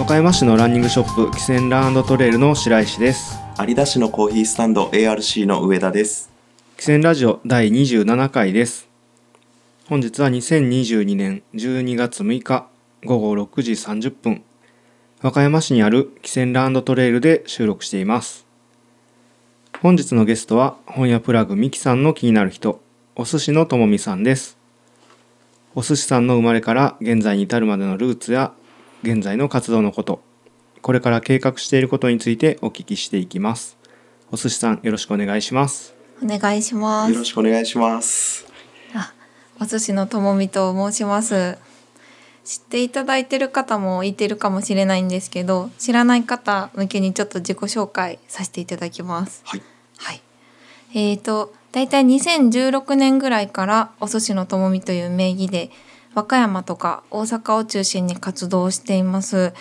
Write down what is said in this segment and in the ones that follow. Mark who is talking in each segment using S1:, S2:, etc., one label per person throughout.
S1: 岡山市のランニングショップ汽船ラントレイルの白石です
S2: 有田市のコーヒースタンド ARC の上田です
S1: 汽船ラジオ第27回です本日は2022年12月6日午後6時30分和歌山市にある汽船ランドトレイルで収録しています本日のゲストは本屋プラグミキさんの気になる人お寿司のともみさんですお寿司さんの生まれから現在に至るまでのルーツや現在の活動のことこれから計画していることについてお聞きしていきますお寿司さんよろしくお願いします
S3: お願いしま
S2: よろ
S3: す。
S2: しくお願いします
S3: あ、お寿司のともみと申します。知っていただいてる方もいてるかもしれないんですけど、知らない方向けにちょっと自己紹介させていただきます。
S2: はい
S3: はい。えーと、だいたい2016年ぐらいからお寿司のともみという名義で、和歌山とか大阪を中心に活動しています。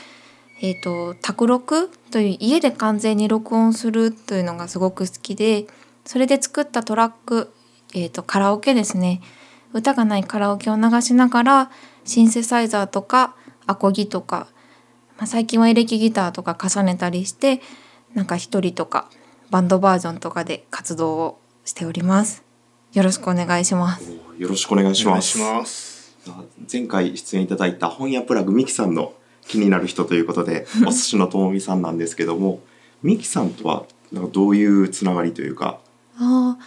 S3: えーと、宅録という家で完全に録音するというのがすごく好きで、それで作ったトラック、えーと、カラオケですね。歌がないカラオケを流しながら、シンセサイザーとか、アコギとか、まあ、最近はエレキギターとか重ねたりしてなんか一人とかバンドバージョンとかで活動をしておりますよろしくお願いします
S2: よろしくお願いし
S1: お願
S2: ま
S1: いし
S2: す
S1: ます
S2: 前回出演いただいた本屋プラグミキさんの気になる人ということ でお寿司のともみさんなんですけどもミキさんとはなんかどういうつながりというか
S3: あー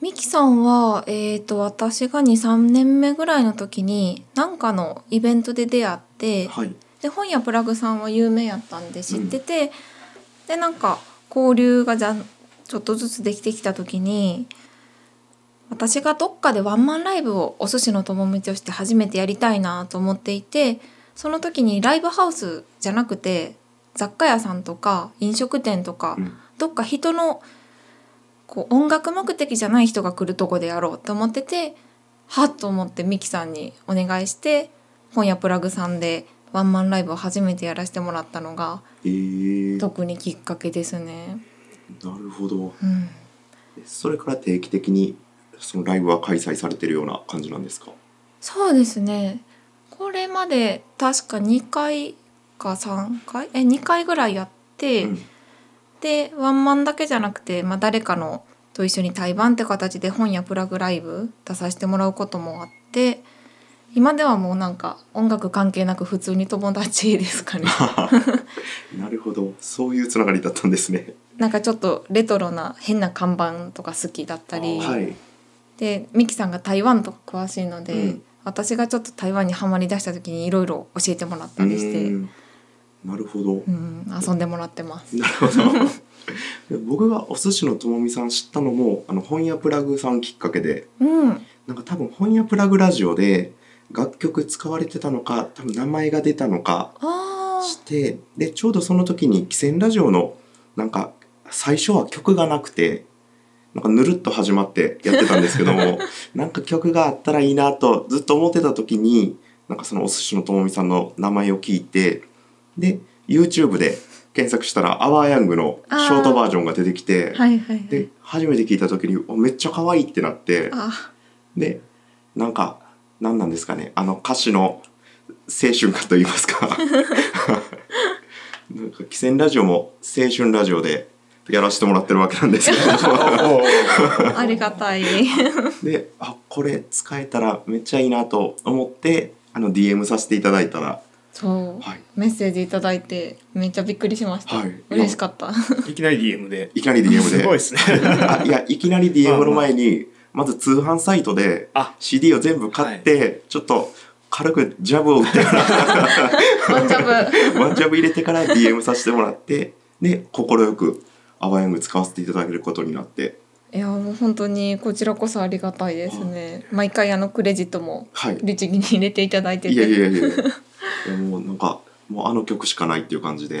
S3: ミキさんは、えー、と私が23年目ぐらいの時に何かのイベントで出会って、
S2: はい
S3: で本屋プラグさんは有名やったんで知ってて、でなんか交流がじゃんちょっとずつできてきた時に私がどっかでワンマンライブをお寿司の友みとして初めてやりたいなと思っていてその時にライブハウスじゃなくて雑貨屋さんとか飲食店とか、
S2: うん
S3: どっか人のこう音楽目的じゃない人が来るとこでやろうと思っててはっと思ってミキさんにお願いして本屋プラグさんでワンマンライブを初めてやらせてもらったのが
S2: えー、
S3: 特にきっかけですね。
S2: なるほど
S3: うん、
S2: それから定期的にそのライブは開催されてるような感じなんですか
S3: そうですねこれまで確か2回か3回え2回ぐらいやって、
S2: うん
S3: でワンマンだけじゃなくて、まあ、誰かのと一緒に対バンって形で本やプラグライブ出させてもらうこともあって今ではもうなんか音楽関係なく普通に友達で すかね
S2: なるほどそういうつながりだったんですね。
S3: なんかちょっとレトロな変な看板とか好きだったり、
S2: はい、
S3: でミキさんが台湾とか詳しいので、
S2: うん
S3: 私がちょっと台湾にはまりだした時にいろいろ教えてもらったりして、
S2: う
S3: うん
S2: んなるほど。
S3: 遊んでもらってます。
S2: なるほど。 僕がお寿司のともみさん知ったのもあの本屋プラグさんきっかけで
S3: うん、
S2: なんか多分本屋プラグラジオで楽曲使われてたのか多分名前が出たのか
S3: あー
S2: してでちょうどその時に「汽船ラジオ」のなんか最初は曲がなくてなんかぬるっと始まってやってたんですけど もなんか曲があったらいいなとずっと思ってた時になんかそのお寿司のともみさんの名前を聞いてで YouTube で検索したら「アワーヤング」のショートバージョンが出てきて、
S3: はいはいは
S2: で
S3: い。
S2: 初めて聞いた時におめっちゃ可愛いってなって。
S3: あ
S2: でなんか何なんですかねあの歌詞の青春歌と言いますか なんか汽船ラジオも青春ラジオでやらせてもらってるわけなん ですけど
S3: ありがたい。
S2: であこれ使えたらめっちゃいいなと思ってあの DM させていただいたら
S3: そう、
S2: はい
S3: メッセージいただいてめっちゃびっくりしました、
S2: はい
S3: 嬉しかった
S1: いきなり DM で
S2: いきなり DM です
S1: ごいですね
S2: あいやいきなり DM の前にまず通販サイトで
S1: あ
S2: CD を全部買って、ちょっと軽くジャブを打ってから
S3: ワンジャブ
S2: ワンジャブ入れてから DM させてもらってで快くアバヤング使わせていただけることになって
S3: いやもう本当にこちらこそありがたいですね毎回あのクレジットも
S2: はい
S3: 律儀に入れていただいてて
S2: いやいやいやいやもうなんかもうあの曲しかないっていう感じで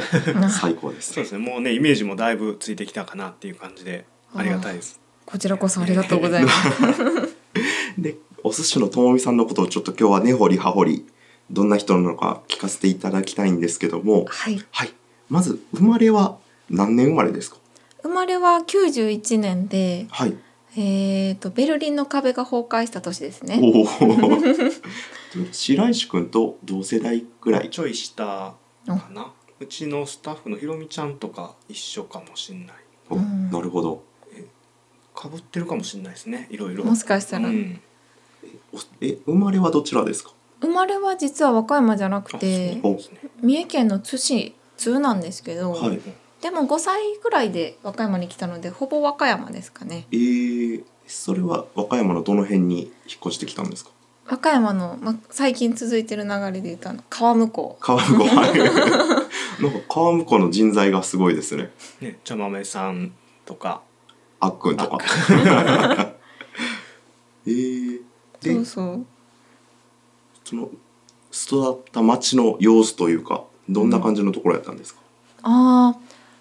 S2: 最高です
S1: そうですねもうねイメージもだいぶついてきたかなっていう感じでありがたいです
S3: こちらこそありがとうございます
S2: でお寿司のともみさんのことをちょっと今日は根掘り葉掘りどんな人なのか聞かせていただきたいんですけども
S3: はい
S2: はいまず生まれは何年生まれですか
S3: 生まれは91年で
S2: はい
S3: えー、とベルリンの壁が崩壊した年ですね
S2: おお白石君と同世代ぐらい
S1: ちょい下かなうちのスタッフのひろみちゃんとか一緒かもしんない
S2: お
S3: うん
S2: なるほど
S1: かぶってるかもしんないですねいろいろ
S3: もしかしたら
S1: うん
S2: おえ生まれはどちらですか
S3: 生まれは実は和歌山じゃな
S1: あ
S3: く
S1: そう
S3: て
S1: なんですね
S3: 三重県の津市津なんですけど、
S2: はい
S3: でも5歳ぐらいで和歌山に来たのでほぼ和歌山ですかね
S2: えー、それは和歌山のどの辺に引っ越してきたんですか
S3: 和歌山の、ま、最近続いてる流れで言うとあの川向こ
S2: 川向こう はいなんか川向こうの人材がすごいですね
S1: ね茶豆さんとか
S2: あっくんとか えー、
S3: う
S2: で
S3: そうそう
S2: その育った町の様子というかどんな感じのところやったんですか、
S3: ああ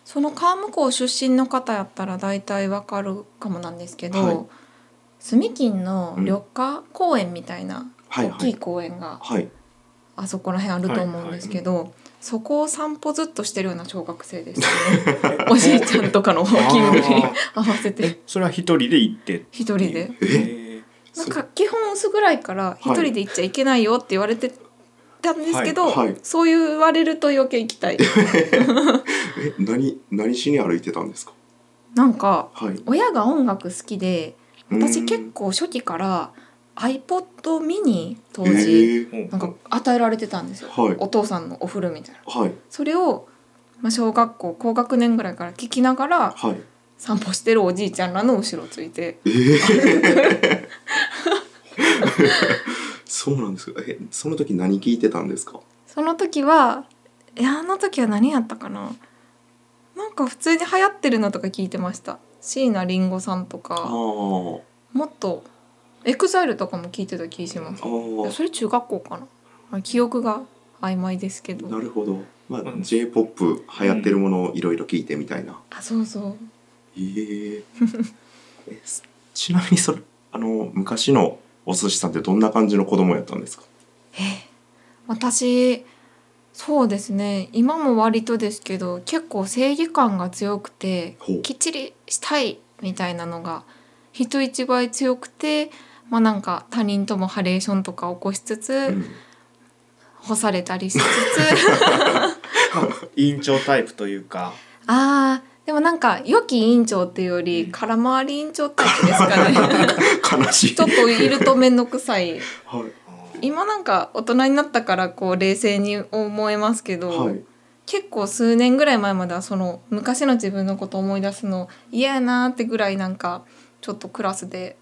S3: その川向こう出身の方やったら大体わかるかもなんですけど、
S2: はい
S3: 住金の緑化公園みたいな
S2: はい
S3: 大
S2: は
S3: きい
S2: い
S3: 公園が
S2: はい
S3: あそこら辺あると思うんですけど、そこを散歩ずっとしてるような小学生ですよね おじいちゃんとかのウォーキングに
S1: あー
S3: 合わせて
S1: えそれは一人で行って
S3: 一人で
S1: え
S3: なんか基本薄暗いから一人で行っちゃいけないよって言われてたんですけど、
S2: はいはい
S3: そう言われると余計行き たい
S2: え何何しに歩いてたんですか
S3: なんか
S2: はい
S3: 親が音楽好きで
S2: う
S3: 私
S2: ん
S3: 結構初期から iPod ミニ当
S2: え
S3: 時、
S2: ー
S1: もう
S3: なんか与えられてたんですよ、
S2: はい
S3: お父さんのお風呂みたいな
S2: はい
S3: それを、まあ、小学校高学年ぐらいから聞きながら
S2: はい
S3: 散歩してるおじいちゃんらの後ろをついて
S2: えーそうなんですかえその時何聞いてたんですか
S3: その時はいやあの時は何やったかななんか普通に流行ってるのとか聞いてました椎名林檎さんと
S2: あ
S3: か
S2: ー
S3: もっとエクザイルとかも聞いてた気がします
S2: あー
S3: いやそれ中学校かな、まあ、記憶が曖昧ですけど
S2: なるほど、まあ
S1: うん
S2: j p o p 流行ってるものをいろいろ聞いてみたいな、
S3: あそうそう
S2: えええすちなみにそれあの昔のお寿司さんってどんな感じの子供やったんですか
S3: 私そうですね今も割とですけど結構正義感が強くて
S2: ほう
S3: きっちりしたいみたいなのが人一倍強くてまあなんか他人ともハレーションとか起こしつつ、
S2: うん
S3: 干されたり しつつ
S1: 委員長タイプというか
S3: あーでもなんか良き委員長っていうより空回り委員長タイプですか ね
S2: 悲しい
S3: ちょっといると面倒くさい
S2: はい
S3: 今なんか大人になったからこう冷静に思えますけど、
S2: はい
S3: 結構数年ぐらい前まではその昔の自分のことを思い出すの嫌やなーってぐらいなんかちょっとクラスで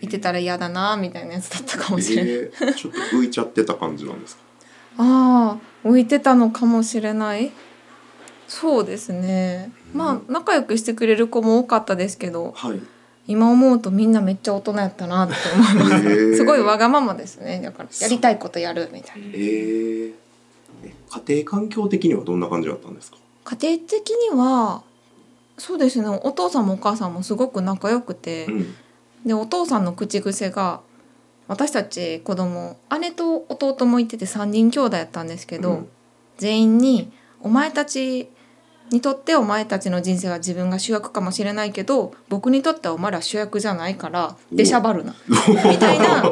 S3: いてたら嫌だなーみたいなやつだったか
S2: え
S3: もしれない、
S2: ーちょっと浮いちゃってた感じなんですか
S3: ああ浮いてたのかもしれないそうですねまあ仲良くしてくれる子も多かったですけど
S2: はい、
S3: 今思うとみんなめっちゃ大人やったなって
S2: え
S3: 思いま す
S2: ー
S3: すごいわがままですねだからやりたいことやるみたいな
S2: えーえ家庭環境的にはどんな感じだったんですか
S3: 家庭的にはそうですねお父さんもお母さんもすごく仲良くて、
S2: うん
S3: でお父さんの口癖が私たち子供姉と弟もいてて3人兄弟やったんですけど、
S2: うん
S3: 全員に「お前たちにとってお前たちの人生は自分が主役かもしれないけど僕にとってはお前ら主役じゃないから出しゃばるな」みたい な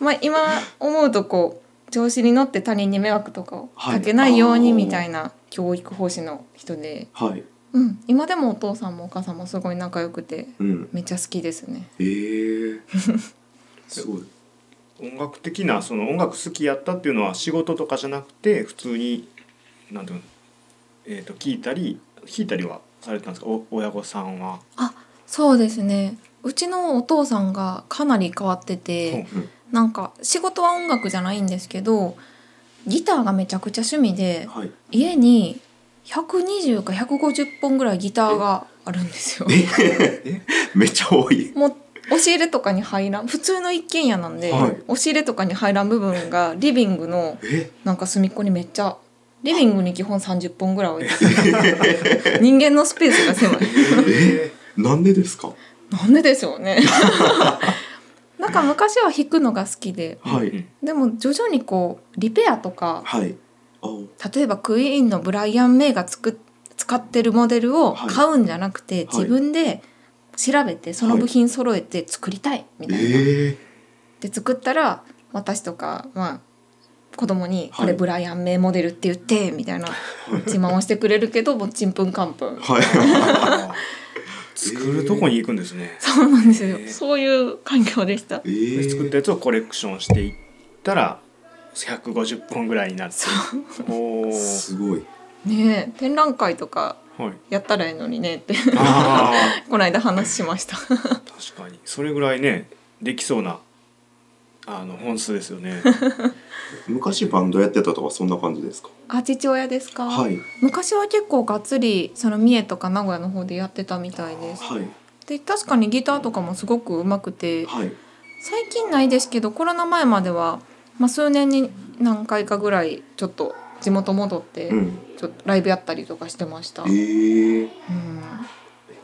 S3: まあ今思うとこう調子に乗って他人に迷惑とかをかけないよう
S2: はい
S3: に
S2: あー
S3: みたいな教育方針の人で、
S2: はい
S3: うん、今でもお父さんもお母さんもすごい仲良くて
S2: うん
S3: めっちゃ好きですね。
S2: え ーすごい
S1: 音楽的なその音楽好きやったっていうのは仕事とかじゃなくて普通になんていうの、えー、と聞いたり聞いたりはされてたんですかお親御さんは。
S3: そうですねうちのお父さんがかなり変わってて
S2: うん
S3: なんか仕事は音楽じゃないんですけどギターがめちゃくちゃ趣味で
S2: はい
S3: 家に120か150本ぐらいギターがあるんですよ。
S2: めっちゃ多い
S3: もう押し入れとかに入らん普通の一軒家なんで、
S2: はい
S3: 押し入れとかに入らん部分がリビングの
S2: え
S3: なんか隅っこにめっちゃリビングに基本30本ぐらい置いて る人間のスペースが狭い。
S1: え
S2: なんでですか
S3: なんででしょうね なんか昔は弾くのが好きで
S2: はい、
S3: でも徐々にこうリペアとか
S2: はいあお
S3: 例えばクイーンのブライアン・メイがつく使ってるモデルを
S2: はい
S3: 買うんじゃなくて、
S2: い
S3: 自分で調べてその部品揃えて作りたいみたいな、
S2: ええ
S3: で作ったら私とか、まあ、子供に「
S2: はい
S3: これブライアン・メイモデルって言って」み たいな自慢をしてくれるけどもうちんぷんかんぷん
S2: はい。
S1: 作るとこに行くんですね、
S3: そうなんですよ
S1: へえ
S3: そういう環境でした
S2: え
S1: で
S2: ー
S1: 作ったやつをコレクションしていったら150本ぐらいになっておー
S2: すごい。
S3: ねえ展覧会とか
S1: はい
S3: やったらいいのにねって
S1: あ
S3: この間話しました
S1: あ確かにそれぐらいねできそうなあの本数ですよね
S2: 昔バンドやってたとかそんな感じですか。
S3: あ父親ですか、
S2: はい
S3: 昔は結構がっつりその三重とか名古屋の方でやってたみたいです
S2: はい
S3: で確かにギターとかもすごく上手くて
S2: はい。
S3: 最近ないですけどコロナ前までは、まあ、数年に何回かぐらいちょっと地元戻って
S2: うん。
S3: ちょっとライブやったりとかしてました、
S2: えー
S3: うん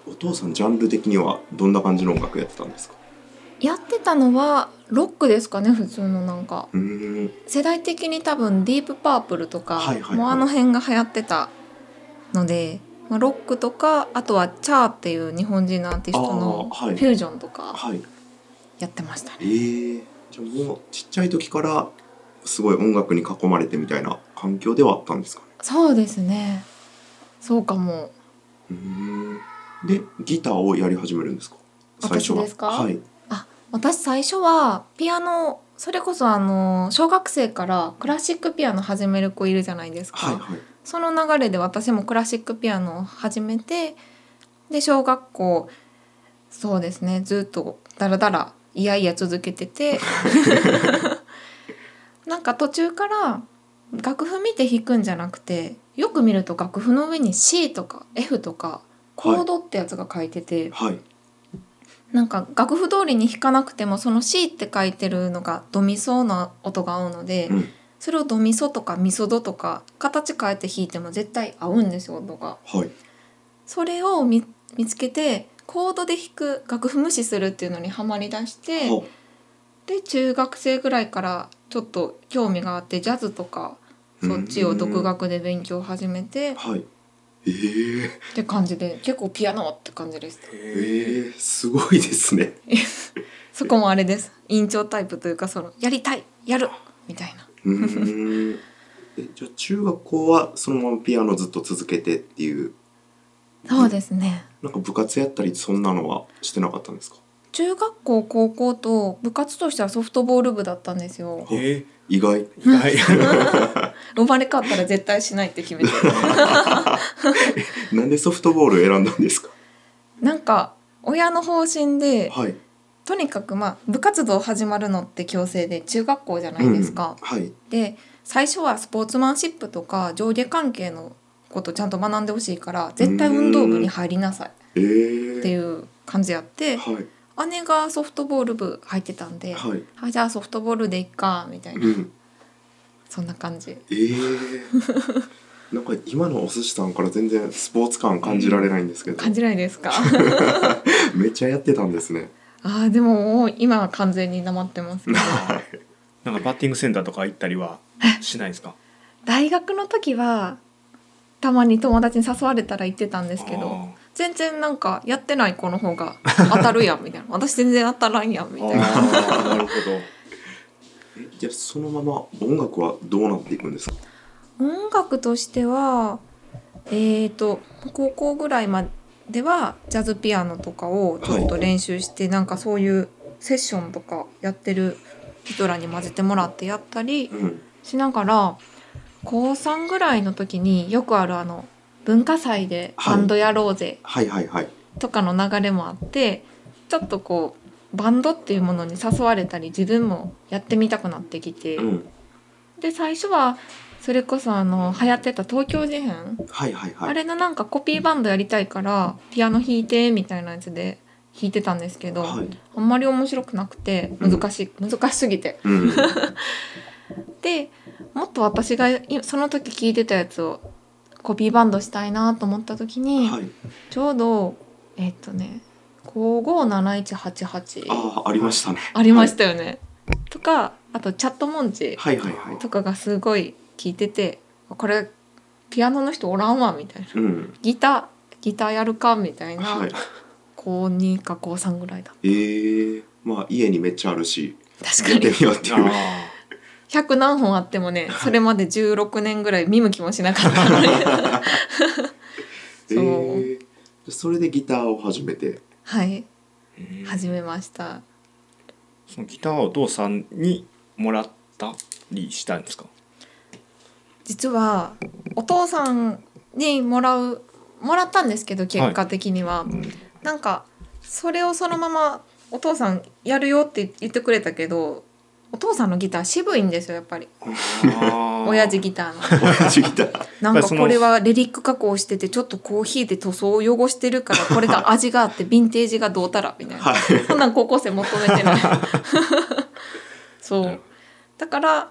S2: お父さんジャンル的にはどんな感じの音楽やってたんですか。
S3: やってたのはロックですかね普通のなんか
S2: うーん。
S3: 世代的に多分ディープパープルとか、
S2: はいはいはい
S3: もうあの辺が流行ってたので、まあ、ロックとかあとはチャーっていう日本人のアーティストの
S2: あ
S3: フ
S2: ーはい
S3: ュージョンとか
S2: はい。
S3: やってましたね
S2: えーじゃあもうちっちゃい時からすごい音楽に囲まれてみたいな環境ではあったんですかね。
S3: そうですねそうかも
S2: うーんでギターをやり始めるんですか。
S3: 私ですか
S2: はい。
S3: あ私最初はピアノそれこそあの小学生からクラシックピアノ始める子いるじゃないですか、
S2: はいはい。
S3: その流れで私もクラシックピアノを始めてで小学校そうですねずっとだらだらいやいや続けてて なんか途中から楽譜見て弾くんじゃなくてよく見ると楽譜の上に C とか F とかコードってやつが書いてて、
S2: はい。
S3: なんか楽譜通りに弾かなくてもその C って書いてるのがドミソの音が合うので、
S2: うん
S3: それをドミソとかミソドとか形変えて弾いても絶対合うんですよ音が。
S2: はい。
S3: それを見見つけてコードで弾く楽譜無視するっていうのにハマりだして
S2: は
S3: で中学生ぐらいからちょっと興味があってジャズとかそっちを独学で勉強を始めてっ
S2: はい。えー、
S3: て感じで結構ピアノって感じです
S2: え
S1: へえ
S2: ー、すごいですね。
S3: そこもあれです委員長タイプというかそのやりたいやるみたいな
S2: うーん。えじゃあ中学校はそのままピアノずっと続けてっていう
S3: そうですね
S2: なんか部活やったりそんなのはしてなかったんですか
S3: 中学校高校と部活としてはソフトボール部だったんですよ
S1: え
S2: 意外
S1: 意外
S3: 呼ばれかったら絶対しないって決め て
S2: なんでソフトボールを選んだんですか
S3: なんか親の方針で
S2: はい、
S3: とにかくまあ部活動始まるのって強制で中学校じゃないですか、
S2: はい
S3: で最初はスポーツマンシップとか上下関係のことちゃんと学んでほしいから絶対運動部に入りなさい
S2: えー、
S3: っていう感じやって
S2: はい
S3: 姉がソフトボール部入ってたんで、
S2: はい
S3: あじゃあソフトボールでいっかみたいな、
S2: うん
S3: そんな感じ
S2: えー、 なんか今のお寿司さんから全然スポーツ感感じられないんですけど、
S3: 感じないですか
S2: めっちゃやってたんですね
S3: あーでももう今は完全になまってますけど
S1: なんかバッティングセンターとか行ったりはしないですか
S3: 大学の時はたまに友達に誘われたら行ってたんですけど全然なんかやってない子の方が当たるやんみたいな私全然当たらんやんみ
S1: あー
S3: たいな
S1: あ ーなるほど
S2: えじゃあそのまま音楽はどうなっていくんですか
S3: 音楽としてはえっ、と高校ぐらいまではジャズピアノとかをちょっと練習して、なんかそういうセッションとかやってる人らに混ぜてもらってやったり
S2: うん
S3: しながら高3ぐらいの時によくあるあの文化祭でバンドやろうぜ
S2: はいはいはい
S3: とかの流れもあってちょっとこうバンドっていうものに誘われたり自分もやってみたくなってきて、
S2: うん
S3: で最初はそれこそあの流行ってた東京事変、
S2: はいはいはい
S3: あれのなんかコピーバンドやりたいからピアノ弾いてみたいなやつで弾いてたんですけど、
S2: はい
S3: あんまり面白くなくて
S2: うん
S3: 難しい、難しすぎて。
S2: うん
S3: でもっと私がいその時聴いてたやつをコピーバンドしたいなと思った時に、
S2: はい
S3: ちょうどえっとね557188
S2: ああありましたね
S3: ありましたよね。とかあとチャットモンチ
S2: はいはいはい
S3: とかがすごい聞いててこれピアノの人おらんわみたいな
S2: うん
S3: ギターギターやるかみたいな、
S2: はい
S3: 高2か高3ぐらいだ
S2: えー、まあ家にめっちゃあるし
S3: 確
S2: やってみようっていう
S1: あ
S3: 100何本あってもね、それまで16年ぐらい見向きもしなかった ので
S2: え
S3: そう
S2: ーそれでギターを始めて
S3: はい
S1: うん
S3: 始めました
S1: そのギターはお父さんにもらったりしたんですか
S3: 実はお父さんにもらうもらったんですけど結果的には、なんかそれをそのままお父さんやるよって言ってくれたけどお父さんのギター渋いんですよやっぱり親父ギター の
S2: 親父ギタ ー
S3: なんかこれはレリック加工しててちょっとコーヒーで塗装を汚してるからこれが味があってヴィンテージがどうたらみたいな、
S2: はい
S3: そんなん高校生求めてないそ
S1: な
S3: う
S1: るほ
S3: だから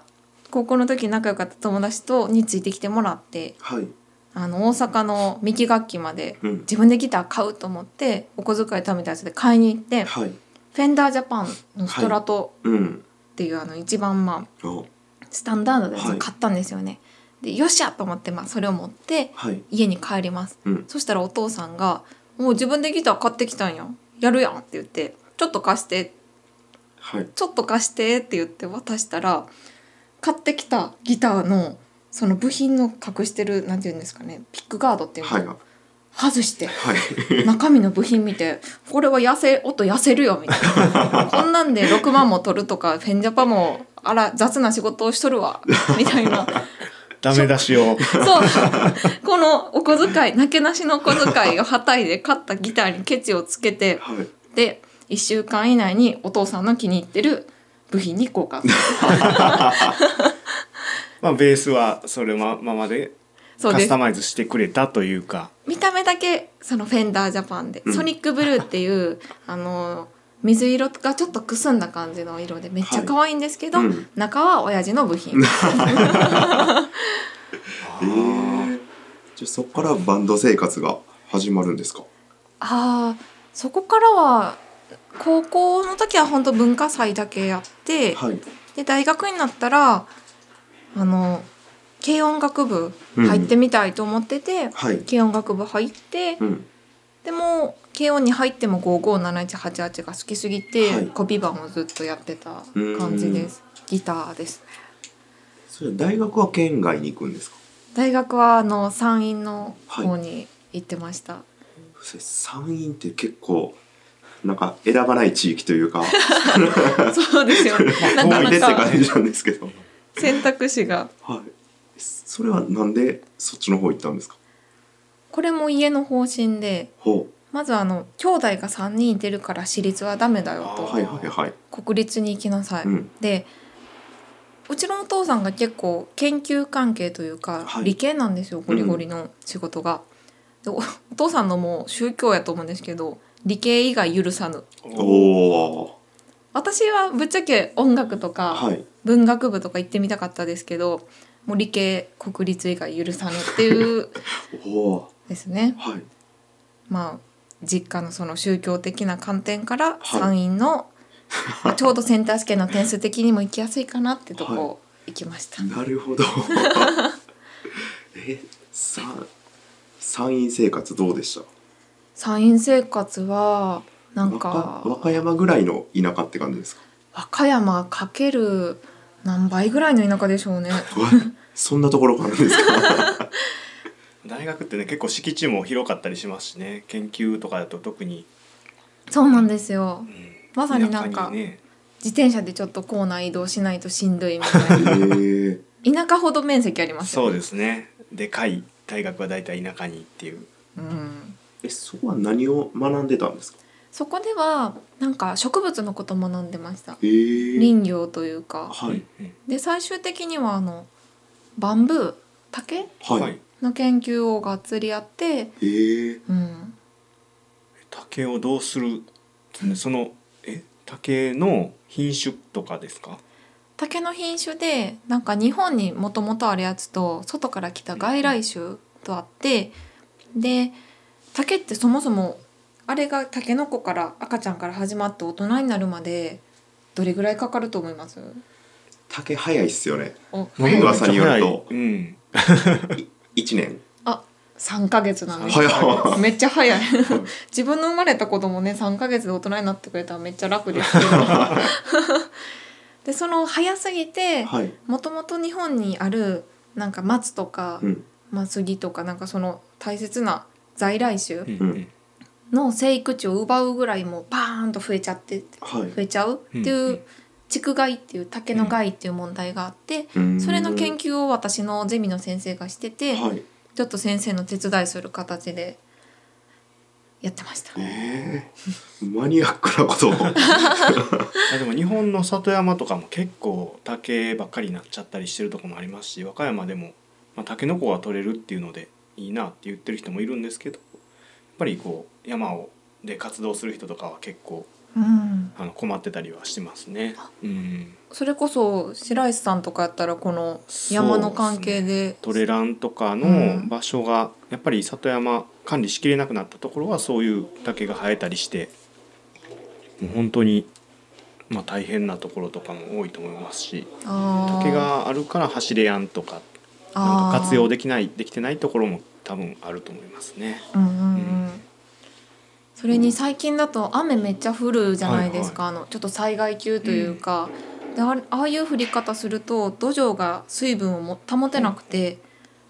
S3: 高校の時仲良かった友達とについてきてもらって
S2: はい、
S3: あの大阪の三木楽器まで
S2: うん、
S3: 自分でギター買うと思ってお小遣い貯めたやつで買いに行ってフ
S2: はい
S3: ェンダージャパンのストラト
S2: うん
S3: っていうあの一番まあ
S2: あ
S3: スタンダードのやつを買ったんですよね。でよっしゃと思ってまあそれを持って
S2: はい
S3: 家に帰ります。
S2: うん
S3: そしたらお父さんが「もう自分でギター買ってきたんややるやん」って言って「ちょっと貸して
S2: はい
S3: ちょっと貸して」って言って渡したら買ってきたギターのその部品の隠してるなんて言うんですかねピックガードっていうの、
S2: はいはい
S3: 外して中身の部品見てこれは痩せ音痩せるよみたい なこんなんで6万も取るとかフェンジャパもあら雑な仕事をしとる わみたいな
S1: ダメ出しを
S3: そうこのお小遣いなけなしのお小遣いをはたいで買ったギターにケチをつけて
S2: はい
S3: で1週間以内にお父さんの気に入ってる部品に交 換する
S1: まあベースはそれまままで
S3: そう
S1: カ
S3: で
S1: ス
S3: す
S1: タマイズしてくれたというか
S3: 見た目だけそのフェンダージャパンで、
S2: うん
S3: ソニックブルーっていうあの水色がちょっとくすんだ感じの色でめっちゃ可愛いんですけど、
S2: はいうん
S3: 中は親父の部 品
S2: えー、じゃあそこからバンド生活が始まるんですか
S3: あーそこからは高校の時は本当文化祭だけやって、
S2: はい
S3: で大学になったらあの軽音楽部入ってみたいと思ってて、
S2: はい
S3: 軽音楽部入って、
S2: うん
S3: でも軽音に入っても557188が好きすぎて、
S2: はい
S3: コピー版をずっとやってた感じですギターですね
S2: それ大学は県外に行くんですか
S3: 大学はあの山陰の方に行ってました、
S2: それ山陰って結構なんか選ばない地域という か
S3: そうで すよねなか
S2: 遠いで
S3: な
S2: って
S3: か
S2: 感じなんですけど
S3: 選択肢が
S2: はいそれはなんでそっちの方行ったんですか
S3: これも家の方針で
S2: ほう
S3: まずあの兄弟が3人いてるから私立はダメだよ
S1: あー
S2: はいはいはい
S3: と国立に行きなさい、
S2: うん
S3: でうちのお父さんが結構研究関係というか、
S2: はい
S3: 理系なんですよゴリゴリの仕事が。でおお父さんのもう宗教やと思うんですけど理系以外許さぬ
S2: おお
S3: 私はぶっちゃけ音楽と
S2: は
S3: か
S2: い
S3: 文学部とか行ってみたかったですけど、もう理系国立以外許さぬっていう
S2: おお
S3: ですね
S2: はい
S3: まあ実家のその宗教的な観点から
S2: はい
S3: 山陰の、まあちょうどセンター試験の点数的にも行きやすいかなってとこ行きました。
S2: なるほど えさ山陰生活どうでした
S3: 山陰生活はなんか
S2: 和歌和歌山ぐらいの田舎って感じですか
S3: 和歌山かける何倍ぐらいの田舎でしょうね。
S2: わそんなところがあるんです か
S1: 大学ってね結構敷地も広かったりしますしね研究とかだと特に、
S3: そうなんですよ
S1: う。ん
S3: まさになん
S1: 田舎
S3: か
S1: にね
S3: 自転車でちょっと校内移動しないとしんどいみたい
S2: えー、
S3: な。田舎ほど面積ありますよ。
S1: そうですねでかい大学は大体田舎にっていう
S3: うん。
S2: えそこは何を学んでたんですか
S3: そこではなんか植物のこと学んでました。
S2: えー、
S3: 林業というか。
S2: はい
S1: うん
S3: で最終的にはあのバンブー竹
S2: はい、
S1: はい
S3: の研究をがっつりやって、
S2: えー、
S3: うん、
S1: 竹をどうするそのえ竹の品種とかですか
S3: 竹の品種でなんか日本にもともとあるやつと外から来た外来種とあってで竹ってそもそもあれが竹の子から赤ちゃんから始まって大人になるまでどれぐらいかかると思います
S2: 竹早いっすよね
S3: お
S2: 何が噂によると
S1: めっちゃ早いうん
S2: 一年
S3: 3ヶ月なんです
S2: 早っ
S3: めっちゃ早い自分の生まれた子供ね3ヶ月で大人になってくれたらめっちゃ楽ですけどでその早すぎて
S2: はい、
S3: もともと日本にあるなんか松とか、
S2: うん、
S3: まあ、杉とかなんかその大切な在来種
S1: うん
S2: うん
S3: の生育地を奪うぐらいもうバーンと増えちゃって
S2: はい
S3: 増えちゃうって
S1: うんう
S3: い
S1: ん
S3: う竹害っていう竹の害っていう問題があって
S2: うん
S3: それの研究を私のゼミの先生がしてて
S2: はい
S3: ちょっと先生の手伝いする形でやってました。
S2: ええマニアックな ことを
S1: あでも日本の里山とかも結構竹ばっかりになっちゃったりしてるとこもありますし和歌山でも、まあ、タケノコが取れるっていうのでいいなって言ってる人もいるんですけどやっぱりこう山をで活動する人とかは結構
S3: うん
S1: あの困ってたりはしてますね。うん、
S3: それこそ白石さんとかやったらこの山の関係で
S1: トレランとか
S3: う
S1: の
S3: ん
S1: 場所がやっぱり里山管理しきれなくなったところはそういう竹が生えたりしてもう本当に、まあ、大変なところとかも多いと思いますし。
S3: 竹
S1: 竹があるから走れやんとかなんか活用できないできてないところも多分あると思いますね。
S3: うんうんう
S1: うん
S3: ん、それに最近だと雨めっちゃ降るじゃないですか、あのちょっと災害級というか、であれああいう降り方すると土壌が水分をも保てなくて、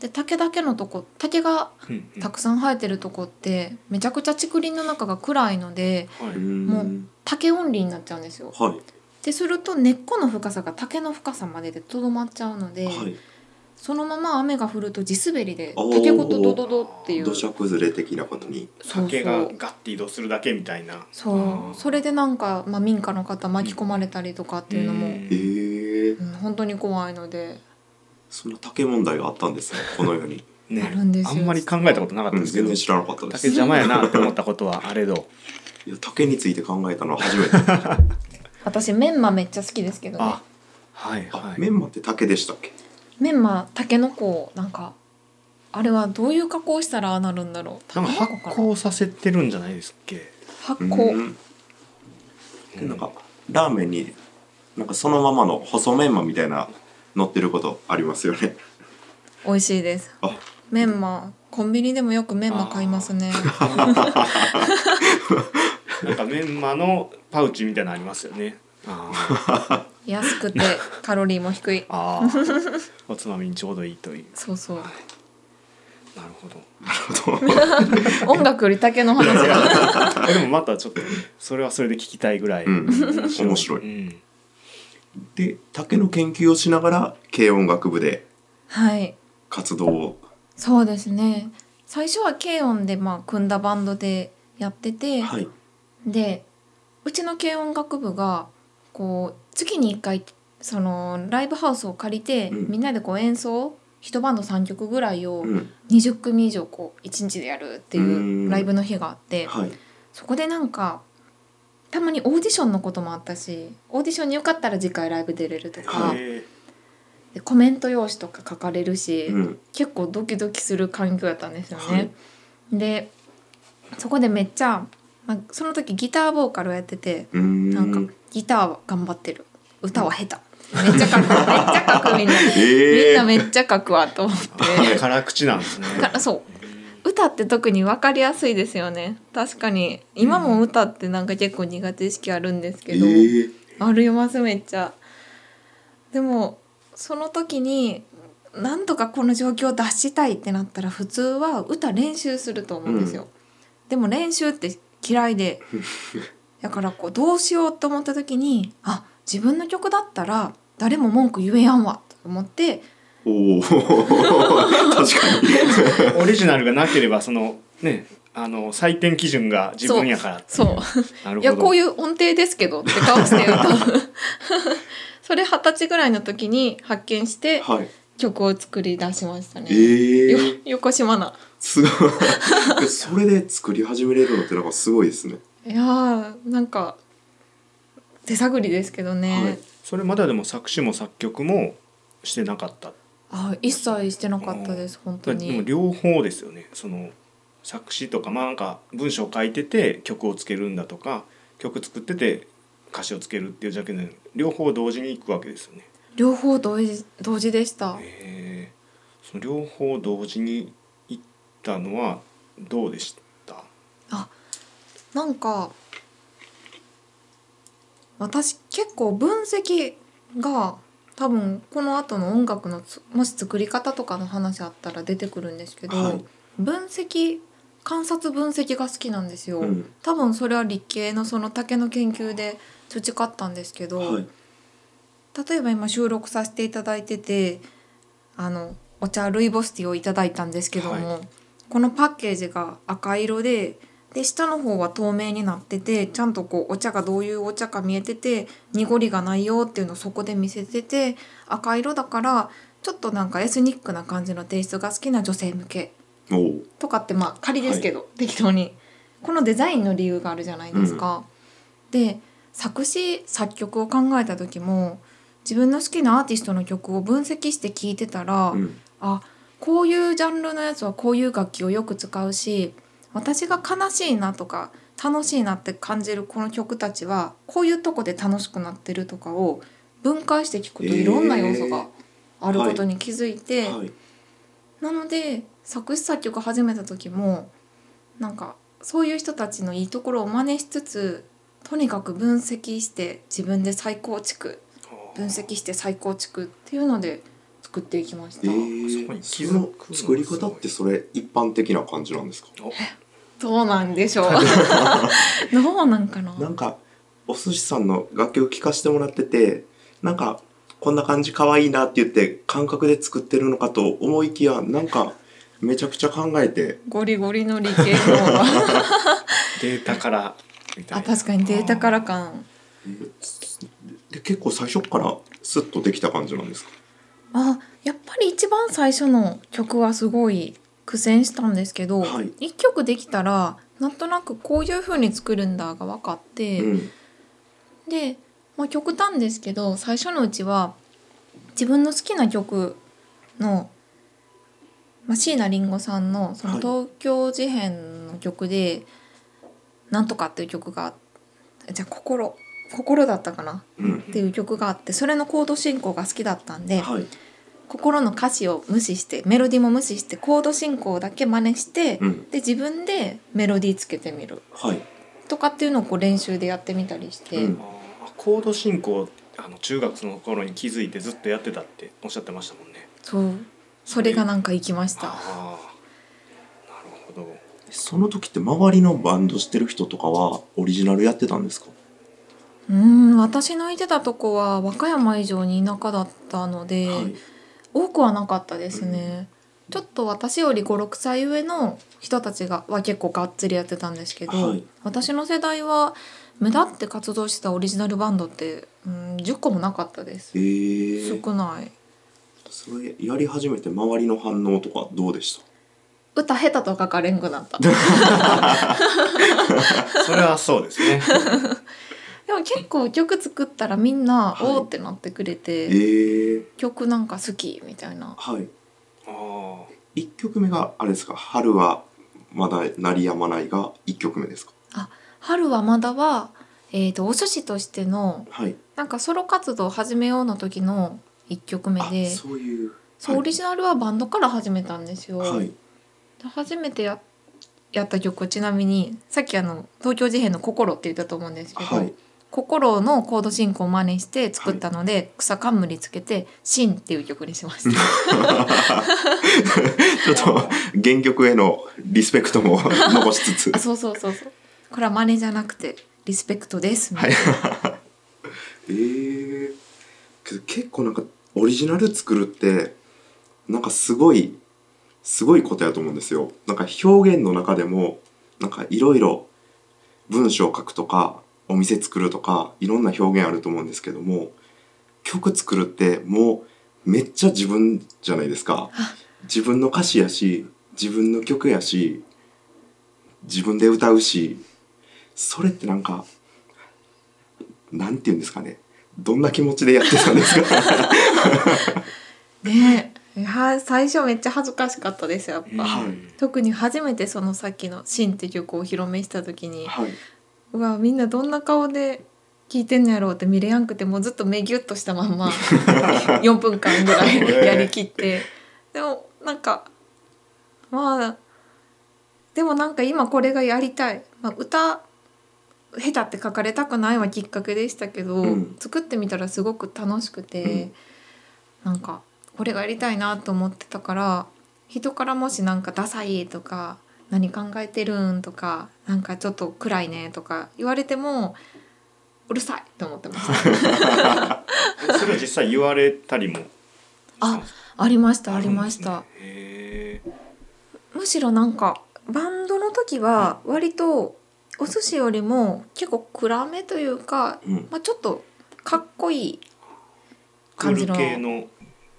S3: で竹だけのとこ竹が
S1: うんうん
S3: たくさん生えてるとこってめちゃくちゃ竹林の中が暗いので
S1: は
S2: う
S1: い
S2: ん
S3: もう竹オンリーになっちゃうんですよ。
S2: は
S3: ってすると根っこの深さが竹の深さまででとどまっちゃうの
S2: い
S3: で、
S2: はい
S3: そのまま雨が降ると地滑りで
S2: おー
S3: 竹ごとドドドっていう
S2: 土砂崩れ的なことに
S3: そうそう
S1: 竹がガッて移動するだけみたいな。
S3: そうそれでなんか、まあ、民家の方巻き込まれたりとかっていうのも、
S1: ん
S2: ええ
S3: うん本当に怖いので
S2: そんな竹問題があったんですねこのように、
S1: ね
S3: あるんですよ
S1: あんまり考えたことなかった
S2: うんん、
S1: ですけ
S2: 全
S1: ど、
S2: 然知らなかったで
S1: 竹
S2: す
S1: 邪魔やなって思ったことはあれど
S2: いや竹について考えたのは初めて、
S3: 私メンマめっちゃ好きですけどね
S1: あはいは
S2: あ
S1: い。
S2: メンマって竹でしたっけ
S3: メンマたけのこなんかあれはどういう加工したらああなるんだろう
S1: なんか発
S3: タケノコ
S1: 酵させてるんじゃないですっけ。
S3: から発酵
S2: んでなんかラーメンになんかそのままの細メンマみたいな乗ってることありますよね
S3: 美味しいです
S2: あ
S3: メンマコンビニでもよくメンマ買いますね
S1: なんかメンマのパウチみたいなのありますよね。あー
S3: 安くてカロリーも低い
S1: あー。おつまみにちょうどいいという。
S3: そうそう
S1: なるほど。
S3: 音楽より竹の話が
S1: でもまたちょっとそれはそれで聞きたいぐらい
S2: うん面白い
S1: うん
S2: で竹の研究をしながら軽音楽部で
S3: はい
S2: 活動を
S3: そうですね最初は軽音でまあ組んだバンドでやってて、
S2: はい
S3: でうちの軽音楽部がこう月に1回そのライブハウスを借りて、
S2: うん
S3: みんなでこう演奏一バンド3曲ぐらいを
S2: うん
S3: 20組以上こう1日でやるっていううんライブの日があって
S2: はい
S3: そこでなんかたまにオーディションのこともあったしオーディションによかったら次回ライブ出れるとか、
S1: へ
S3: でコメント用紙とか書かれるし、
S2: うん
S3: 結構ドキドキする環境やったんですよね。
S2: はい
S3: でそこでめっちゃ、まあ、その時ギターボーカルをやってて
S2: うーん
S3: なんかギターは頑張ってる歌は下手めっちゃ書くめっちゃ書くみんな、みん
S2: え
S3: な
S2: ー、
S3: めっちゃ書くわと思って
S1: ー辛口なんですね
S3: だからそう歌って特に分かりやすいですよね確かに今も歌ってなんか結構苦手意識あるんです
S2: え
S3: けど、
S2: ー、
S3: ありますめっちゃでもその時になんとかこの状況を脱したいってなったら普通は歌練習すると思うんですよ、でも練習って嫌いでだからこうどうしようと思った時にあ自分の曲だったら誰も文句言えやんわと思って
S2: おお確かに
S1: オリジナルがなければそのねあの採点基準が自分やからってい
S3: そう
S1: なるほど
S3: いやこういう音程ですけどって顔して歌うそれ二十歳ぐらいの時に発見して
S2: はい
S3: 曲を作り出しましたね、
S2: えー、
S3: よ横島な。
S2: すごいそれで作り始めれるのってなんかすごいですね
S3: いやーなんか手探りですけどね、
S1: それまではでも作詞も作曲もしてなかった
S3: あ一切してなかったです本当
S1: でも
S3: に
S1: 両方ですよねその作詞とかまあなんか文章を書いてて曲をつけるんだとか曲作ってて歌詞をつけるっていうだけで両方同時に行くわけですよね
S3: 両方同時同時でした
S1: へえその両方同時に行ったのはどうでした
S3: なんか私結構分析が多分この後の音楽のつもし作り方とかの話あったら出てくるんですけど、
S2: はい
S3: 分析観察分析が好きなんですよ、
S2: うん
S3: 多分それは理系のその竹の研究で培ったんですけど、
S2: はい
S3: 例えば今収録させていただいててあのお茶ルイボスティーをいただいたんですけども、
S1: は
S3: このパッケージが赤色でで下の方は透明になっててちゃんとこうお茶がどういうお茶か見えてて濁りがないよっていうのをそこで見せてて赤色だからちょっとなんかエスニックな感じのテイストが好きな女性向け
S2: おー
S3: とかってまあ仮ですけど、適当にこのデザインの理由があるじゃないですか。で作詞作曲を考えた時も自分の好きなアーティストの曲を分析して聴いてたら、
S2: うん
S3: あこういうジャンルのやつはこういう楽器をよく使うし私が悲しいなとか楽しいなって感じるこの曲たちはこういうとこで楽しくなってるとかを分解して聞くといろんな要素があることに気づいて、
S2: はい
S3: なので作詞作曲始めた時もなんかそういう人たちのいいところを真似しつつとにかく分析して自分で再構築分析して再構築っていうので作っていきまし
S2: え
S3: た、
S2: ー、
S1: そこに気づく
S2: その作り方ってそれ一般的な感じなんですか
S1: お
S3: どうなんで しょうどうなんかな
S2: なんかお寿司さんの楽曲聴かせてもらっててなんかこんな感じ可愛いなって言って感覚で作ってるのかと思いきやなんかめちゃくちゃ考えて
S3: ゴリゴリの理系の
S1: データからみたい
S3: あ
S1: な
S3: 確かにデータから感
S2: で結構最初からスッとできた感じなんですか
S3: あやっぱり一番最初の曲はすごい苦戦したんですけど、
S2: はい
S3: 一曲できたらなんとなくこういう風に作るんだが分かって、
S2: うん
S3: で、まあ、極端ですけど最初のうちは自分の好きな曲の、まあ、椎名林檎さんのその
S2: はい
S3: 東京事変の曲で「なんとか」っていう曲がえじゃあ心心だったかな
S2: うん
S3: っていう曲があってそれのコード進行が好きだったんで、
S2: はい
S3: 心の歌詞を無視してメロディーも無視してコード進行だけ真似して、
S2: うん
S3: で自分でメロディーつけてみる
S2: はい
S3: とかっていうのをこう練習でやってみたりして、
S2: うん
S1: あコード進行あの中学の頃に気づいてずっとやってたっておっしゃってましたもんね
S3: そうそれがなんか行きました。
S1: ああなるほど
S2: その時って周りのバンドしてる人とかはオリジナルやってたんですか
S3: うーん私のいてたとこは和歌山以上に田舎だったので、
S2: はい
S3: 多くはなかったですね、ちょっと私より56歳上の人たちがは結構がっつりやってたんですけど、
S2: はい
S3: 私の世代は目立って活動してたオリジナルバンドって、うん、10個もなかったです
S2: えー、
S3: 少ない
S2: それやり始めて周りの反応とかどうでした
S3: 歌下手とかかれんくなった
S1: それはそうで すね
S3: でも結構曲作ったらみんな、
S2: はい
S3: おーってなってくれて、
S2: えー、
S3: 曲なんか好きみたいな
S2: はい
S1: あ
S2: 1曲目があれですか「春はまだ鳴りやまない」が1曲目ですか
S3: 春はまだは、えー、とお寿司としての
S2: はい
S3: なんかソロ活動を始めようの時の1曲目
S2: あ
S3: でそう、
S2: そういう
S3: オリジナルはバンドから始めたんですよ。
S2: はい
S3: で初めてややった曲はちなみにさっきあの東京事変の「心」って言ったと思うんですけど「
S2: はい
S3: 心」のコード進行を真似して作ったので、草冠つけて「シン」っていう曲にしました。
S2: ちょっと原曲へのリスペクトも残しつつ
S3: あそうそうそうそうこれは真似じゃなくてリスペクトですみたいな、
S2: えー、けど結構なんかオリジナル作るってなんかすごいすごいことやと思うんですよなんか表現の中でもなんかいろいろ文章を書くとかお店作るとかいろんな表現あると思うんですけども曲作るってもうめっちゃ自分じゃないですか
S3: あ
S2: 自分の歌詞やし自分の曲やし自分で歌うしそれってなんかなんて言うんですかねどんな気持ちでやってたんです か
S3: ねえいや最初めっちゃ恥ずかしかったですやっぱ。
S1: あ
S2: はい
S3: 特に初めてそのさっきの「シン」って曲をお披露目した時に
S2: はいう
S3: わみんなどんな顔で聴いてんのやろうって見れやんくてもうずっと目ギュッとしたまんま4分間ぐらいやりきってでもなんかまあでもなんか今これがやりたい、まあ、歌下手って書かれたくないはきっかけでしたけど、
S2: うん
S3: 作ってみたらすごく楽しくて、なんかこれがやりたいなと思ってたから人からもしなんか「ダサい」とか「何考えてるん」とか「なんかちょっと暗いね」とか言われても「うるさい」と思ってま した。
S1: それは実際言われたりもしたんですか
S3: ありましたありました。
S1: へえ
S3: むしろなんかバンドの時は割とお寿司よりも結構暗めというか、
S2: うん
S3: まあ、ちょっとかっこいい
S1: ク
S3: 感じ
S1: ール
S3: の
S1: 系の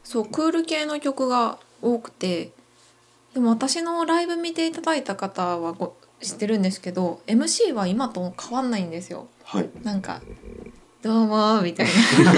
S3: そうクール系の曲が多くてでも私のライブ見ていただいた方はご知ってるんですけど MC は今と変わんないんですよ
S2: はい
S3: なんか「どうも」みたいな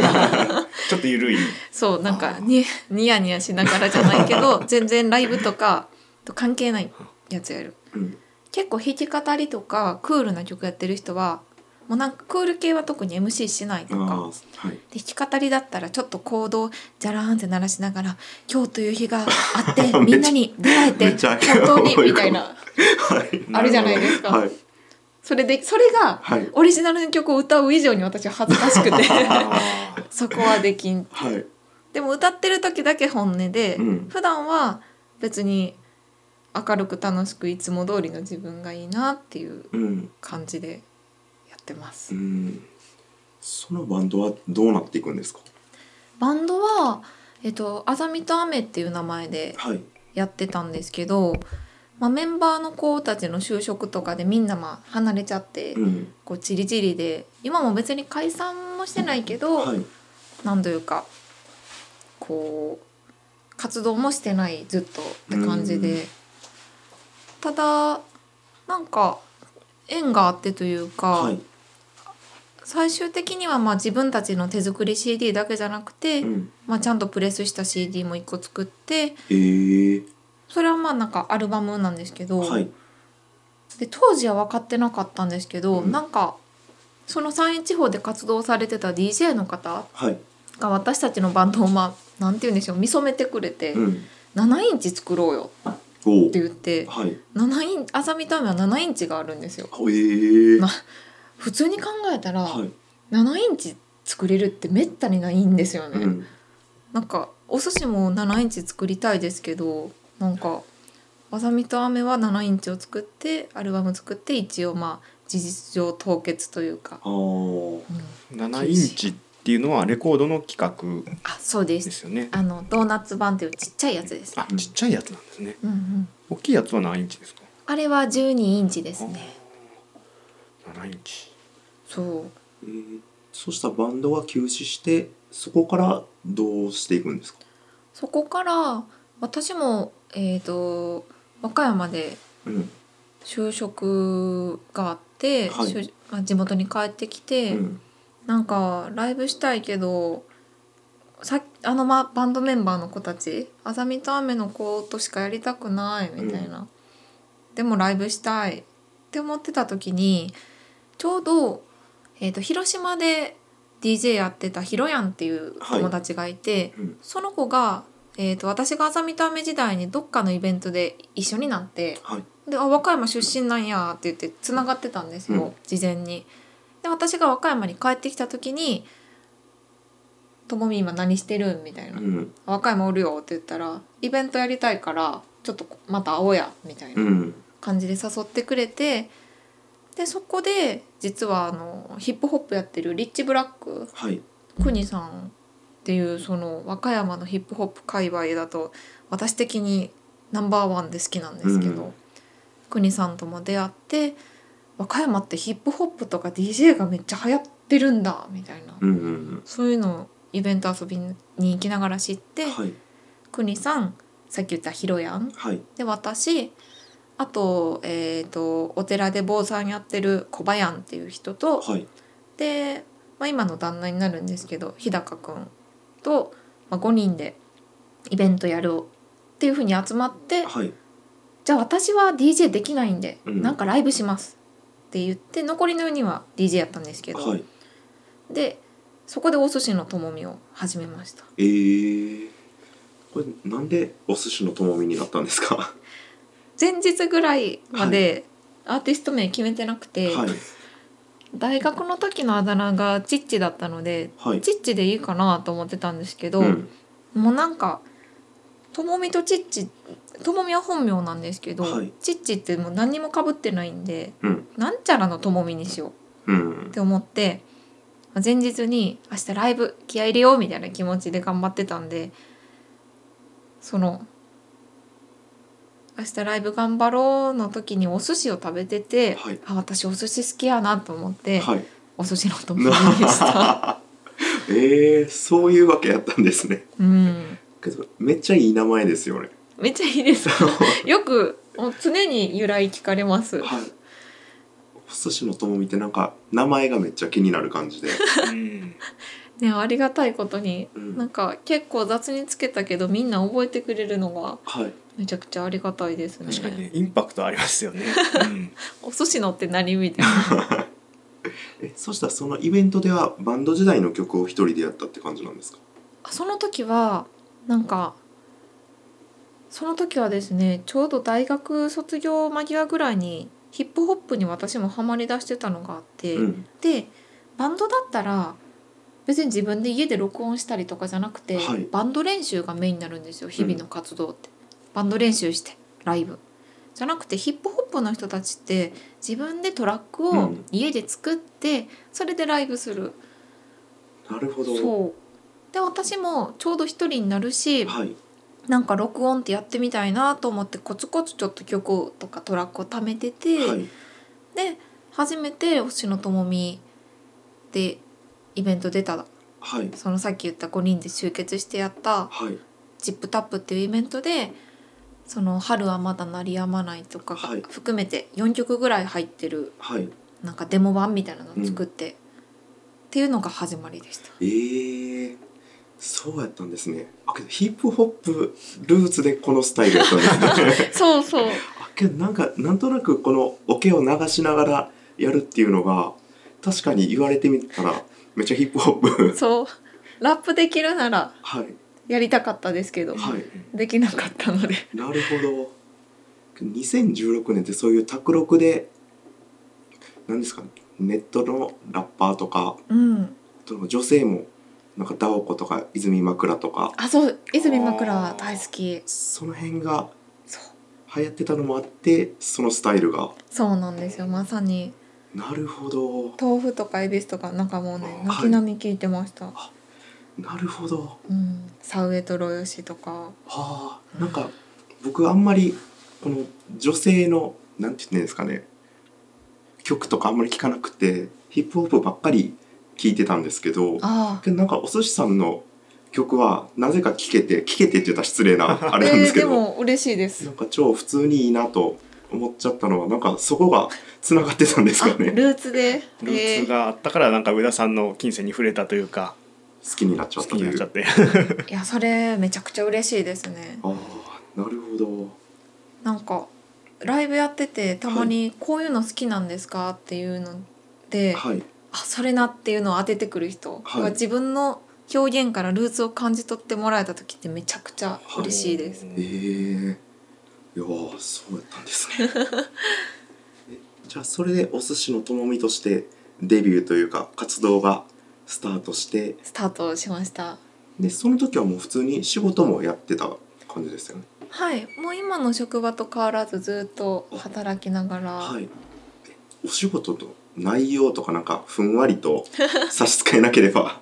S1: ちょっとゆるい
S3: そうなん
S2: あ
S3: か
S2: ー
S3: にニヤニヤしながらじゃないけど全然ライブとかと関係ないやつやる
S2: うん
S3: 結構弾き語りとかクールな曲やってる人はもうなんかクール系は特に MC しない
S2: あ
S3: と
S2: あ
S3: か
S2: ーはい
S3: で弾き語りだったらちょっとコードをじゃらーんって鳴らしながら「今日という日 があってみんなに出会え
S2: め
S3: て
S2: っちゃ
S3: 本当に」みたいな
S2: はい
S3: あるじゃないですか。
S2: はい
S3: それでそれが
S2: はい
S3: オリジナルの曲を歌う以上に私は恥ずかしくて
S1: あー
S3: そこはできん
S2: はい
S3: でも歌ってる時だけ本音で、
S2: うん
S3: 普段は別に明るく楽しくいつも通りの自分がいいなっていう
S2: うん
S3: 感じでやってます
S2: う。んそのバンドはどうなっていくんですか
S3: バンドは、えっと「あざみとあめ」っていう名前で
S2: はい
S3: やってたんですけど、まあ、メンバーの子たちの就職とかでみんなまあ離れちゃって、
S2: うん
S3: こうチリチリで今も別に解散もしてないけど、
S2: はい
S3: なんというかこう活動もしてないずっとって感じ
S2: う
S3: でただなんか縁があってというか、
S2: はい
S3: 最終的にはまあ自分たちの手作り CD だけじゃなくて、
S2: うん
S3: まあ、ちゃんとプレスした CD も1個作って
S2: えー
S3: それはまあなんかアルバムなんですけど、
S2: はい
S3: で当時は分かってなかったんですけど、
S2: うん
S3: なんかその山陰地方で活動されてた DJ の方
S2: はい
S3: が私たちのバンドをまあなんて言うんでしょう見初めてくれて、
S2: うん
S3: 7インチ作ろうよ
S2: おお
S3: って言って
S2: はい
S3: 7インあざみためは7インチがあるんですよ。
S2: えー
S3: な普通に考えたら
S2: はい
S3: 7インチ作れるってめったにないんですよね。
S2: うん
S3: なんかお寿司も7インチ作りたいですけどなんかわさみとあめは7インチを作ってアルバム作って一応まあ事実上凍結というか、
S2: あー
S3: うん
S1: 7インチっていうのはレコードの企画
S3: あそうで
S1: ですすよね
S3: あのドーナツ版っていうちっちゃいやつです、
S1: あちっちゃいやつなんですね
S3: うんうん、
S1: 大きいやつは何インチですか
S3: あれは12インチですね
S1: 7インチ
S3: そう
S2: えーそうしたバンドが休止してそこからどうしていくんですか
S3: そこから私もえっ、と和歌山で
S2: うん
S3: 就職があって、
S2: はい
S3: 就まあ、地元に帰ってき
S2: う
S3: て、
S2: ん
S3: なんかライブしたいけどさあの、ま、バンドメンバーの子たち「あざみとあめの子としかやりたくない」みたいな、でもライブしたいって思ってた時にちょうど、えー、と広島で DJ やってたひろやんっていう友達がいて、
S2: うん
S3: その子が、えー、と私があざみとあめ時代にどっかのイベントで一緒になって。
S2: はい
S3: であ和歌山出身なんやって言ってつながってたんですよ、
S2: うん
S3: 事前に。で私が和歌山に帰ってきた時に「ともみ今何してるん?」みたいな
S2: うん
S3: 「和歌山おるよ」って言ったら「イベントやりたいからちょっとまた会おうや」みたいな
S2: うん
S3: 感じで誘ってくれてでそこで実はあのヒップホップやってるリッチ・ブラック
S2: はい
S3: くにさんっていうその和歌山のヒップホップ界隈だと私的にナンバーワンで好きなんですけ
S2: うん
S3: ど、くにさんとも出会って和歌山ってヒップホップとか DJ がめっちゃ流行ってるんだみたいな、
S2: うんうん
S3: そういうのをイベント遊びに行きながら知って、
S2: うんはい
S3: くにさんさっき言ったひろやん
S2: はい
S3: で私あと,、えー、とお寺で坊さんやってる小林っていう人と、
S2: はい
S3: で、まあ、今の旦那になるんですけど日高くんと、まあ、5人でイベントやろうっていうふうに集まって
S2: はい
S3: じゃあ私は DJ できないんで、
S2: うん
S3: なんかライブしますって言って残りの4人は DJ やったんですけど、
S2: はい
S3: でそこでお寿司のともみを始めました
S2: えーこれなんでお寿司のともみになったんですかは
S3: 前日ぐらいまでアーティスト名決めてなくて、
S2: い
S3: 大学の時のあだ名がチッチだったので、
S2: はい
S3: チッチでいいかなと思ってたんですけど、
S2: うん
S3: もうなんかともみとチッチともみは本名なんですけど、
S2: はい
S3: チッチってもう何にもかぶってないんで
S2: うん
S3: なんちゃらのともみにしよう
S2: うん
S3: って思ってまあ前日に明日ライブ気合い入れようみたいな気持ちで頑張ってたんでその明日ライブ頑張ろうの時にお寿司を食べてて、
S2: はい
S3: あ私お寿司好きやなと思って、
S2: はい
S3: お寿司の友達 でした。
S2: えー、そういうわけやったんですね
S3: うん
S2: けどめっちゃいい名前ですよね
S3: めっちゃいいです。よくもう常に由来聞かれます。
S2: はいお寿司のともみってなんか名前がめっちゃ気になる感じで、
S1: うん
S3: ねありがたいことに、
S2: うん
S3: なんか結構雑につけたけどみんな覚えてくれるのが
S2: はい
S3: めちゃくちゃありがたいですね。
S1: 確かにねインパクトありますよ ね、うん、
S3: お寿司のって何みたい な
S2: えそしたらそのイベントではバンド時代の曲を一人でやったって感じなんですか
S3: その時はなんかその時はですねちょうど大学卒業間際ぐらいにヒップホップに私もハマりだしてたのがあって、
S2: うん
S3: でバンドだったら別に自分で家で録音したりとかじゃなくて、
S2: はい
S3: バンド練習がメインになるんですよ日々の活動って、バンド練習してライブじゃなくてヒップホップの人たちって自分でトラック
S2: う
S3: を
S2: ん
S3: 家で作って、それでライブする
S2: なるほど
S3: そうで私もちょうど一人になるし
S2: はい
S3: なんか録音ってやってみたいなと思ってコツコツちょっと曲とかトラックを貯めてて、
S2: はい
S3: で初めて星野智美でイベント出た
S2: はい
S3: そのさっき言った5人で集結してやった
S2: はい
S3: 「ジップタップっていうイベントでその「春はまだ鳴りやまない」とか
S2: はい
S3: 含めて4曲ぐらい入ってる
S2: はい
S3: なんかデモ版みたいなのを作って、っていうのが始まりで した。
S2: えー、そうやったんですねあけどヒップホップルーツでこのスタイルやったん ですね
S3: そうそう
S2: あけどなんかなんとなくこのオケを流しながらやるっていうのが確かに言われてみたらめっちゃヒップホップ
S3: そうラップできるなら
S2: はい
S3: やりたかったですけど、
S2: はい
S3: できなかったので
S2: なるほど2016年ってそういう卓録で何ですかねネットのラッパーとか
S3: うん
S2: あと女性もなんかダオコとか泉枕とか
S3: あそう泉枕大好き
S2: その辺が
S3: そう
S2: 流行ってたのもあってそのスタイルが
S3: そうなんですよまさに
S2: なるほど
S3: 豆腐とか恵比寿とかなんかもうね
S2: はい
S3: 軒並み聞いてました、
S2: なるほど
S3: うん、サウエトロヨシとか
S2: はあなんか僕あんまりこの女性のなんて言うんですかね曲とかあんまり聴かなくてヒップホップばっかり聴いてたんですけど
S3: あ
S2: けどなんかお寿司さんの曲はなぜか聴けて聴けてって言ったら失礼 なあ
S3: あ
S2: れなんで
S3: え
S2: す
S3: ー
S2: け
S3: で
S2: ど、
S3: も嬉しいです
S2: なんか超普通にいいなと思っちゃったのはなんかそこがつながってたんです
S3: あ
S2: か
S3: ル
S2: ね
S3: ーツで
S1: ルーツがあったからなんか上田さんの金銭に触れたというか
S2: 好きになっちゃ
S1: 好
S2: っ
S1: き
S2: たとい
S1: になっちゃ
S2: う
S1: って
S3: えーいやそれめちゃくちゃ嬉しいですね
S2: ああなるほど
S3: なんかライブやっててたまに「こういうの好きなんですか?」っていうので、
S2: はい
S3: あそれなっていうのを当ててくる人が、
S2: はい
S3: 自分の表現からルーツを感じ取ってもらえた時ってめちゃくちゃ嬉しいです、
S2: ええー、いやーそうやったんですね えじゃあそれでお寿司のともみとしてデビューというか活動がスタートして
S3: スタートしました
S2: でその時はもう普通に仕事もやってた感じですよね
S3: はいもう今の職場と変わらずずっと働きながら、
S2: はいえお仕事の内容とかなんかふんわり と差し支えなければ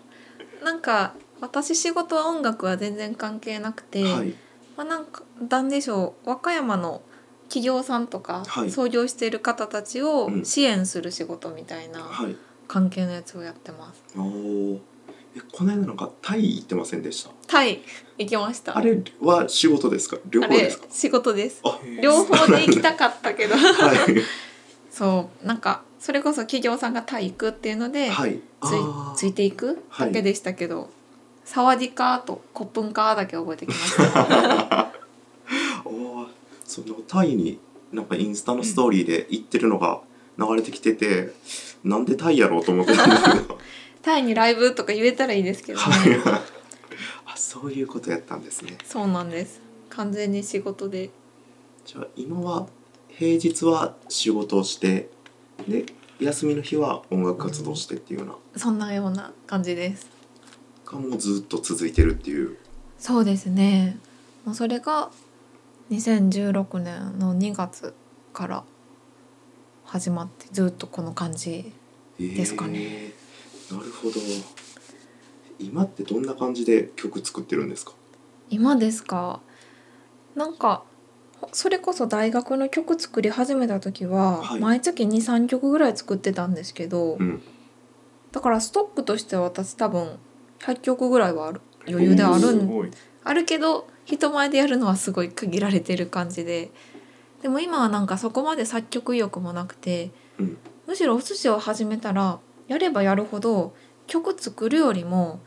S3: なんか私仕事は音楽は全然関係なくて、
S2: はい
S3: まあ、なんかなんでしょう和歌山の企業さんとか
S2: はい
S3: 創業している方たちを
S2: うん
S3: 支援する仕事みたいな
S2: はい
S3: 関係のやつをやってます。
S2: おーえこの間なんかタイ行ってませんでした
S3: タイ行きました。
S2: あれは仕事ですか旅
S3: あ
S2: 行
S3: れ
S2: ですか
S3: 仕事です。
S2: あ
S3: 両方で行きたかったけど、
S2: は
S3: そうなんかそれこそ企業さんがタイ行くっていうの
S2: い
S3: で、
S2: はい
S3: つい
S2: あー
S3: ついていく
S2: はい
S3: だけでしたけど、サワディカーとコップンカーだけ覚えてきました。
S2: ああそのタイになんかインスタのストーリーで行ってるのが流れてきてて、なんでタイやろうと思ってたんですけど
S3: タイにライブとか言えたらいいですけどね。
S2: はい あそういうことやったんですね
S3: そうなんです。完全に仕事で。
S2: じゃあ今は平日は仕事をしてで休みの日は音楽活動してっていうような
S3: そんなような感じです
S2: がもうずっと続いてるっていう
S3: そうですねもうそれが2016年の2月から始まってずっとこの感じですかね
S2: えーなるほど今ってどんな感じで曲作ってるんですか
S3: 今ですかなんかそれこそ大学の曲作り始めた時は
S2: はい
S3: 毎月23曲ぐらい作ってたんですけど、
S2: うん
S3: だからストックとしては私多分100曲ぐらいはある余裕ではある
S1: す
S3: ん
S1: ごい
S3: あるけど人前でやるのはすごい限られてる感じででも今はなんかそこまで作曲意欲もなくて、
S2: うん
S3: むしろお寿司を始めたらやればやるほど曲作るよりも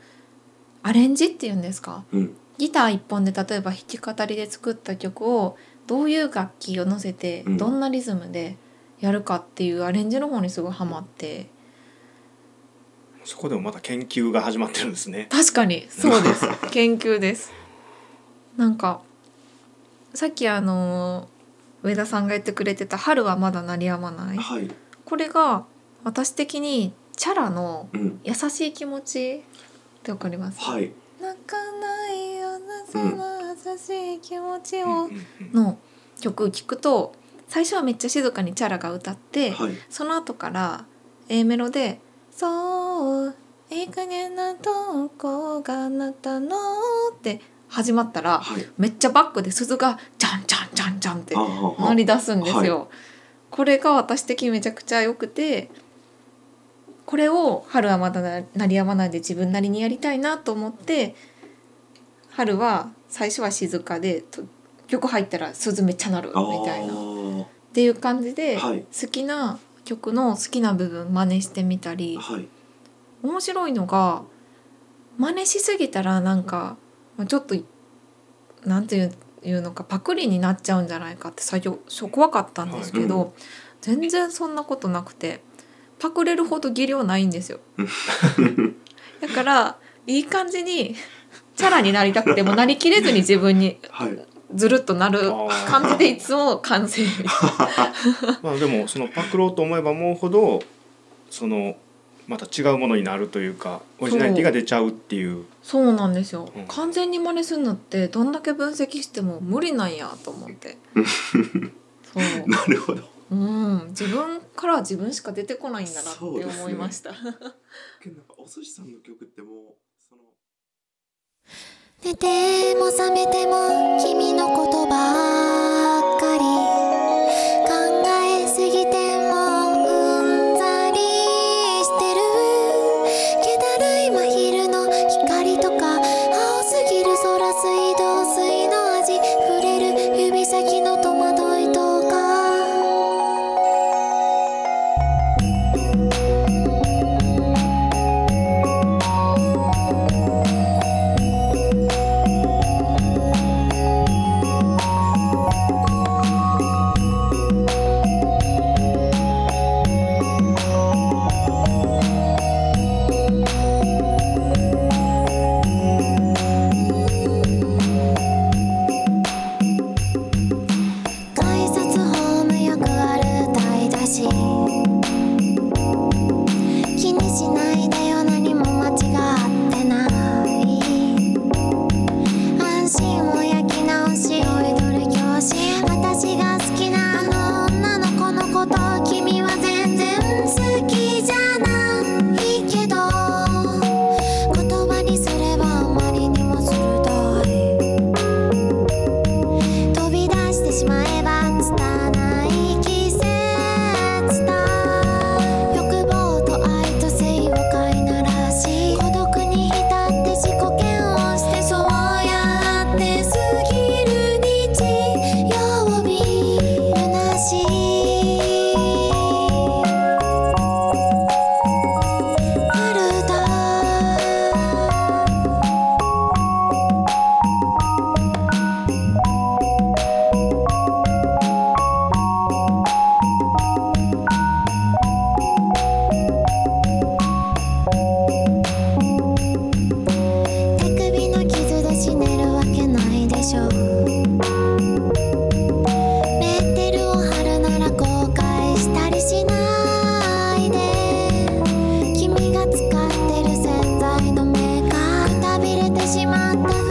S3: アレンジっていうんですか
S2: うん
S3: ギター一本で例えば弾き語りで作った曲をどういう楽器を乗せて
S2: うん
S3: どんなリズムでやるかっていうアレンジの方にすごいハマって
S1: そこでもまた研究が始まってるんですね
S3: 確かにそうです 研究ですなんかさっきあの上田さんが言ってくれてた「春はまだ鳴りやまない」
S2: はい
S3: これが私的にチャラの
S2: うん
S3: 優しい気持ちってわかります、
S2: はい
S3: 泣かないあなたの優しい気持ち
S1: うん
S3: を
S1: うんうん
S3: の曲聴くと最初はめっちゃ静かにチャラが歌って、
S2: はい
S3: その後から A メロで「そういい加減なとこがあなたの」って始まったら
S2: はい
S3: めっちゃバックで鈴が「ジャンジャンジャンジャン」って
S2: あああ
S3: 回り出すんですよ。これが私的にめちゃくちゃ良くてこれを「春はまだな鳴りやまない」で自分なりにやりたいなと思って「春は最初は静かで」と曲入ったら鈴めっちゃ鳴るみ
S2: あー
S3: たいな。っていう感じで、
S2: はい
S3: 好きな曲の好きな部分真似してみたり
S2: はい
S3: 面白いのが真似しすぎたらなんかまあちょっとなんていういうのかパクリになっちゃうんじゃないかって最初初怖かったんですけど、
S2: は
S3: 全然そんなことなくてパクれるほど技量ないんですよ
S2: うん。
S3: だからいい感じにチャラになりたくてもなりきれずに自分に
S2: はい
S3: ずるっとなる感じでいつも完成みたいな
S1: まあでもそのパクろうと思えば思うほどそのまた違うものになるというかオリジナリティが出ちゃうっていう
S3: そうなんですよ、
S1: うん
S3: 完全に真似するのってどんだけ分析しても無理なんやと思 ってそう
S2: なるほど
S3: うん自分から自分しか出てこないんだなって思いました、
S2: けどなんかお寿司さんの曲ってもうその
S4: 寝ても覚めても君のことばっかり考えすぎてもうんざりしてる気だるい真昼の光とか青すぎる空水道水の味触れる指先の戸惑いとか
S2: あ
S4: てしまった